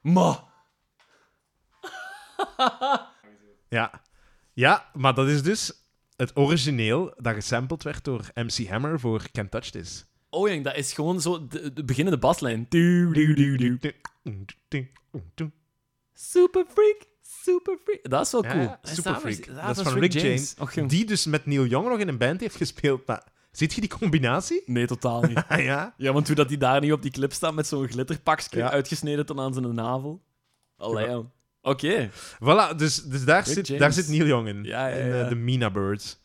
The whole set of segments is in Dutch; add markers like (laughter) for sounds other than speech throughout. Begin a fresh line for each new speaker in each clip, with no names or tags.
Ma.
Ja. ja, maar dat is dus het origineel dat gesampled werd door MC Hammer voor Can't Touch This.
Oh jong, dat is gewoon zo de, de beginnende baslijn. Du, du, du, du. Super freak, super freak. Dat is wel
Ja,
cool.
ja,
En
super
samen is-
freak.
ja,
Dat is van Rick James,
Och, jong.
die dus met Neil Young nog in een band heeft gespeeld. Maar ziet je die combinatie?
(laughs)
(laughs)
Nee, totaal niet.
Ah ja.
Ja, want hoe dat die daar niet op die clip staat met zo'n glitterpakje
Ja.
uitgesneden tot aan zijn navel. Allee,
Ja.
jong. Oké.
Voilà, dus, dus daar,
Rick
zit, daar
James.
zit Neil Young in.
Ja, ja,
In eh,
ja.
de Mina Birds.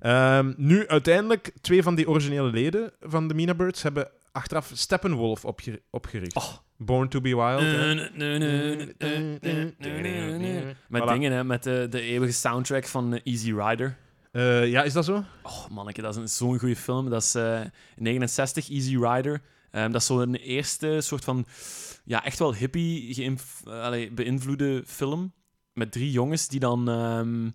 Ehm, nu, uiteindelijk, twee van die originele leden van de Mina Birds hebben achteraf Steppenwolf opge- opgericht.
Oh. Mm.
Born to be Wild. hè.
Met
Voilà.
dingen, hè. Met de, de eeuwige soundtrack van eh, Easy Rider.
Eh, ja, is dat zo?
Oh, manneke, dat is een- zo'n goede film. Dat is eh 69, Easy Rider. Ehm, dat is zo'n eerste soort van... Ja, echt wel hippie geïnv- eh, allee, beïnvloede film. Met drie jongens die dan... ehm,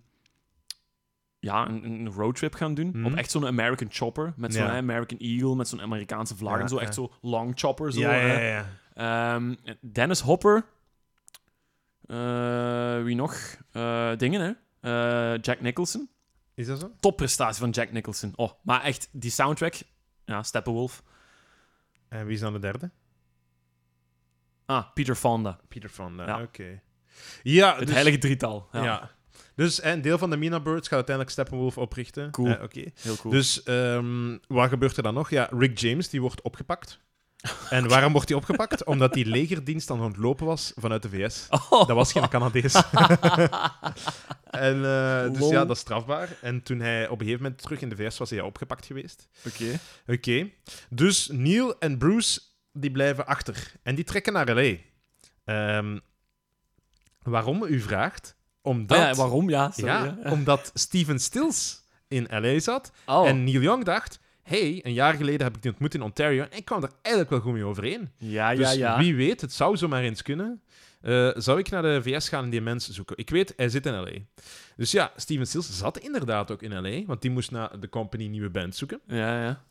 ja, een, een roadtrip gaan doen.
Mhm.
Op echt zo'n American chopper. Met zo'n
Ja.
eh, American Eagle, met zo'n Amerikaanse vlag
Ja,
en zo. Echt
ja.
zo long chopper. Zo,
ja,
hè.
ja, ja.
Ehm, Dennis Hopper. Eh, wie nog? Eh, dingen, hè? Eh, Jack Nicholson
Is dat zo?
topprestatie van Jack Nicholson. Oh, maar echt, die soundtrack. Ja, Steppenwolf.
En wie is dan de derde?
Ah, Peter Fonda.
Peter Fonda,
Ja.
Ah, oké. Ja,
Het
dus-
heilige drietal. Ja,
Ja. Dus eh, een deel van de Mina Birds gaat uiteindelijk Steppenwolf oprichten.
Cool.
Eh, Oké.
Heel cool.
Dus ehm, wat gebeurt er dan nog? Ja, Rick James die wordt (laughs) opgepakt. En waarom wordt hij opgepakt? Omdat die legerdienst aan het ontlopen was vanuit de VS.
(laughs) Oh.
Dat was geen (laughs) Canadees. en, eh, dus
Lol.
ja, dat is strafbaar. En toen hij op een gegeven moment terug in de VS was, hij opgepakt geweest.
Oké.
Oké. Dus Neil en Bruce die blijven achter. En die trekken naar L.A. Ehm, waarom u vraagt? Omdat...
Ah ja, waarom? Ja, sorry.
Ja,
hè.
omdat Steven Stills in L.A. zat
Oh,
en Neil Young dacht... hey, een jaar geleden heb ik die ontmoet in Ontario en ik kwam er eigenlijk wel goed mee overeen.
ja, ja,
Dus
ja.
wie weet, het zou zomaar eens kunnen. eh, zou ik naar de VS gaan en die mensen zoeken? Ik weet, hij zit in L.A. Dus ja, Steven Stills zat inderdaad ook in L.A., want die moest naar de company nieuwe band zoeken.
Ja, ja.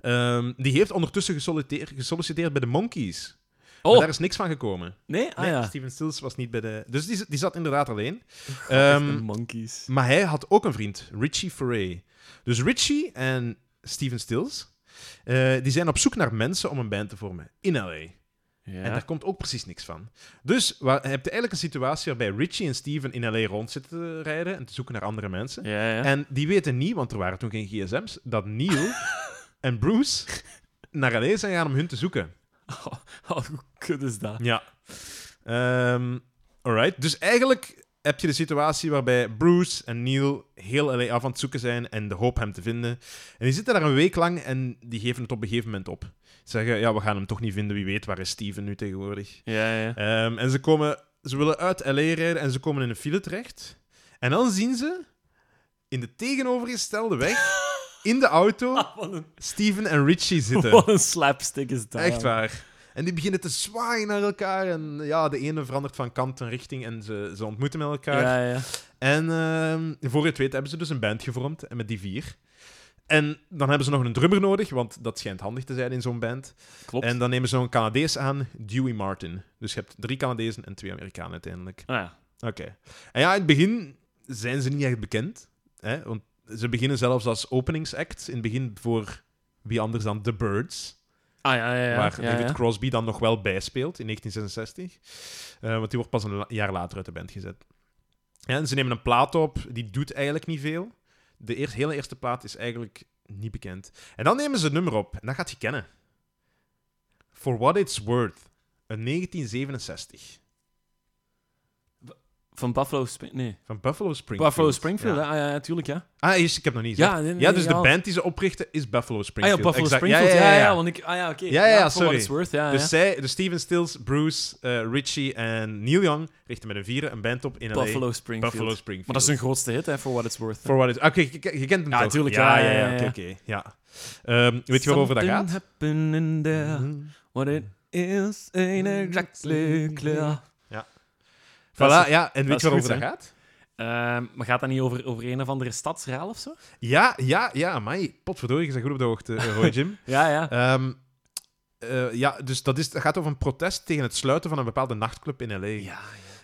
Ehm, die heeft ondertussen gesolliciteerd, gesolliciteerd bij de Monkeys.
Oh,
Maar daar is niks van gekomen.
nee? Ah
Nee,
ja.
Steven Stills was niet bij de... Dus die, die zat inderdaad (laughs) alleen.
Echt
Ehm,
een monkeys.
maar hij had ook een vriend, Richie Foray. Dus Richie en Steven Stills, eh, die zijn op zoek naar mensen om een band te vormen in L.A.
Ja.
En daar komt ook precies niks van. Dus waar, heb je eigenlijk een situatie waarbij Richie en Steven in L.A. rond zitten te rijden en te zoeken naar andere mensen.
ja, ja.
En die weten niet, want er waren toen geen gsm's, dat Neil en Bruce naar L.A. zijn gaan om hun te zoeken.
(laughs) Oh, oh, hoe kut is dat?
Ja. Ehm, alright. Dus eigenlijk heb je de situatie waarbij Bruce en Neil heel LA af aan het zoeken zijn en de hoop hem te vinden. En die zitten daar een week lang en die geven het op een gegeven moment op. Zeggen, ja, we gaan hem toch niet vinden, wie weet, waar is Steven nu tegenwoordig?
Ja, ja.
Ehm, en ze, komen, ze willen uit LA rijden en ze komen in een file terecht. En dan zien ze in de tegenovergestelde
(laughs)
weg, in de auto,
Wat een,
Steven en Richie zitten.
wat een slapstick is dat.
Echt waar. En die beginnen te zwaaien naar elkaar. En ja, de ene verandert van kant en richting en ze, ze ontmoeten met elkaar.
Ja, ja.
En ehm, voor je het weet hebben ze dus een band gevormd en met die vier. En dan hebben ze nog een drummer nodig, want dat schijnt handig te zijn in zo'n band.
Klopt.
En dan nemen ze nog een Canadees aan, Dewey Martin. Dus je hebt drie Canadezen en twee Amerikanen uiteindelijk.
Ah, ja.
Oké. En ja, in het begin zijn ze niet echt bekend. Hè? Want ze beginnen zelfs als openingsact. In het begin voor wie anders dan The Birds
Ah, ja, ja, ja.
waar
ja,
David
ja.
Crosby dan nog wel bij speelt in 1966. Eh, want die wordt pas een la- jaar later uit de band gezet. Ja, en ze nemen een plaat op, die doet eigenlijk niet veel. De eerst, hele eerste plaat is eigenlijk niet bekend. En dan nemen ze het nummer op, en dat gaat je kennen. For What It's Worth, een 1967.
Van Buffalo Spring... Nee.
Van Buffalo Springfield.
Buffalo Springfield,
Ja.
hè? Ah, ja, ja, tuurlijk, ja.
Ah, eerst, ik heb nog niet
Ja,
gezegd. Ja,
nee, nee,
dus
ja.
de band die ze oprichten is Buffalo
Ah ja,
Springfield.
Buffalo
Exact.
Springfield. Ja, ja, ja. want ik, ah ja, oké.
Ja, ja,
for what
sorry.
it's worth, ja,
Dus
ja.
zij, dus Steven Stills, Bruce, eh, Richie en Neil Young richten met een vieren een band op in LA.
Buffalo Springfield.
Buffalo Springfield.
Maar dat is
(laughs)
hun grootste hit, hè, for what it's worth.
For what is... Oké, je, je- je kent hem
Ja,
toch?
tuurlijk,
Ja,
ja,
ja,
ja,
ja.
ja.
Oké, oké, ja. Ehm, weet je waarover dat gaat? Mhm.
Something happening there, what it is ain't exactly clear. dat
Voilà,
is-
ja.
dat
En weet
is
je waarover
goed,
dat
hè?
gaat?
Ehm, maar gaat dat niet over, over een of andere stadsraal of zo? (laughs)
Ja, ja, ja. Amai, potverdorie, je bent goed op de hoogte, eh, Roy Jim.
Ja, ja.
Ehm, eh, ja, dus dat, is, dat gaat over een protest tegen het sluiten van een bepaalde nachtclub in L.A.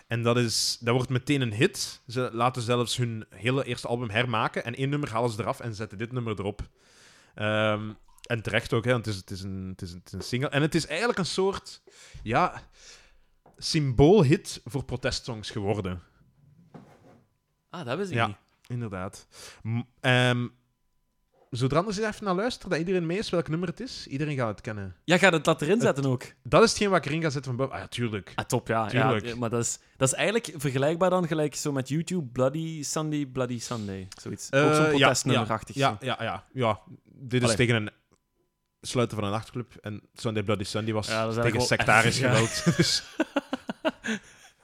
En dat, is, dat wordt meteen een hit. Ze laten zelfs hun hele eerste album hermaken. En één nummer halen ze eraf en zetten dit nummer erop. Ehm, en terecht ook, hè, want het is, het, is een, het, is een, het is een single. En het is eigenlijk een soort ja, symboolhit voor protestsongs geworden.
Ah, dat wist ik
Ja.
niet.
Inderdaad. M- ehm, zodra anders eens even naar luisteren, dat iedereen mee is welk nummer het is. Iedereen gaat het kennen.
Ja, ga dat, dat erin zetten ook.
Dat is hetgeen wat ik erin ga zetten van Bob. Ah, ja, tuurlijk.
Ah, top, ja. ja
Tuurlijk.
eh, maar dat is, dat is eigenlijk vergelijkbaar dan gelijk zo met YouTube, Bloody Sunday, Bloody Sunday. Zoiets. ook zo'n
Eh, ja,
protestnummerachtig.
Ja,
zo.
ja, ja, ja. Dit is
Allee.
tegen een sluiten van een nachtclub. En Sunday Bloody Sunday
(laughs)
was
Ja, dat is
tegen
eigenlijk
sectarisch
wel
geweld. (laughs) Dus.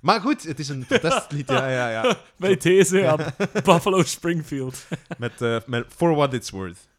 Maar goed, het is een protestlied.
(laughs)
Ja, ja, ja.
Bij deze aan Buffalo Springfield.
Met, eh, met For What It's Worth.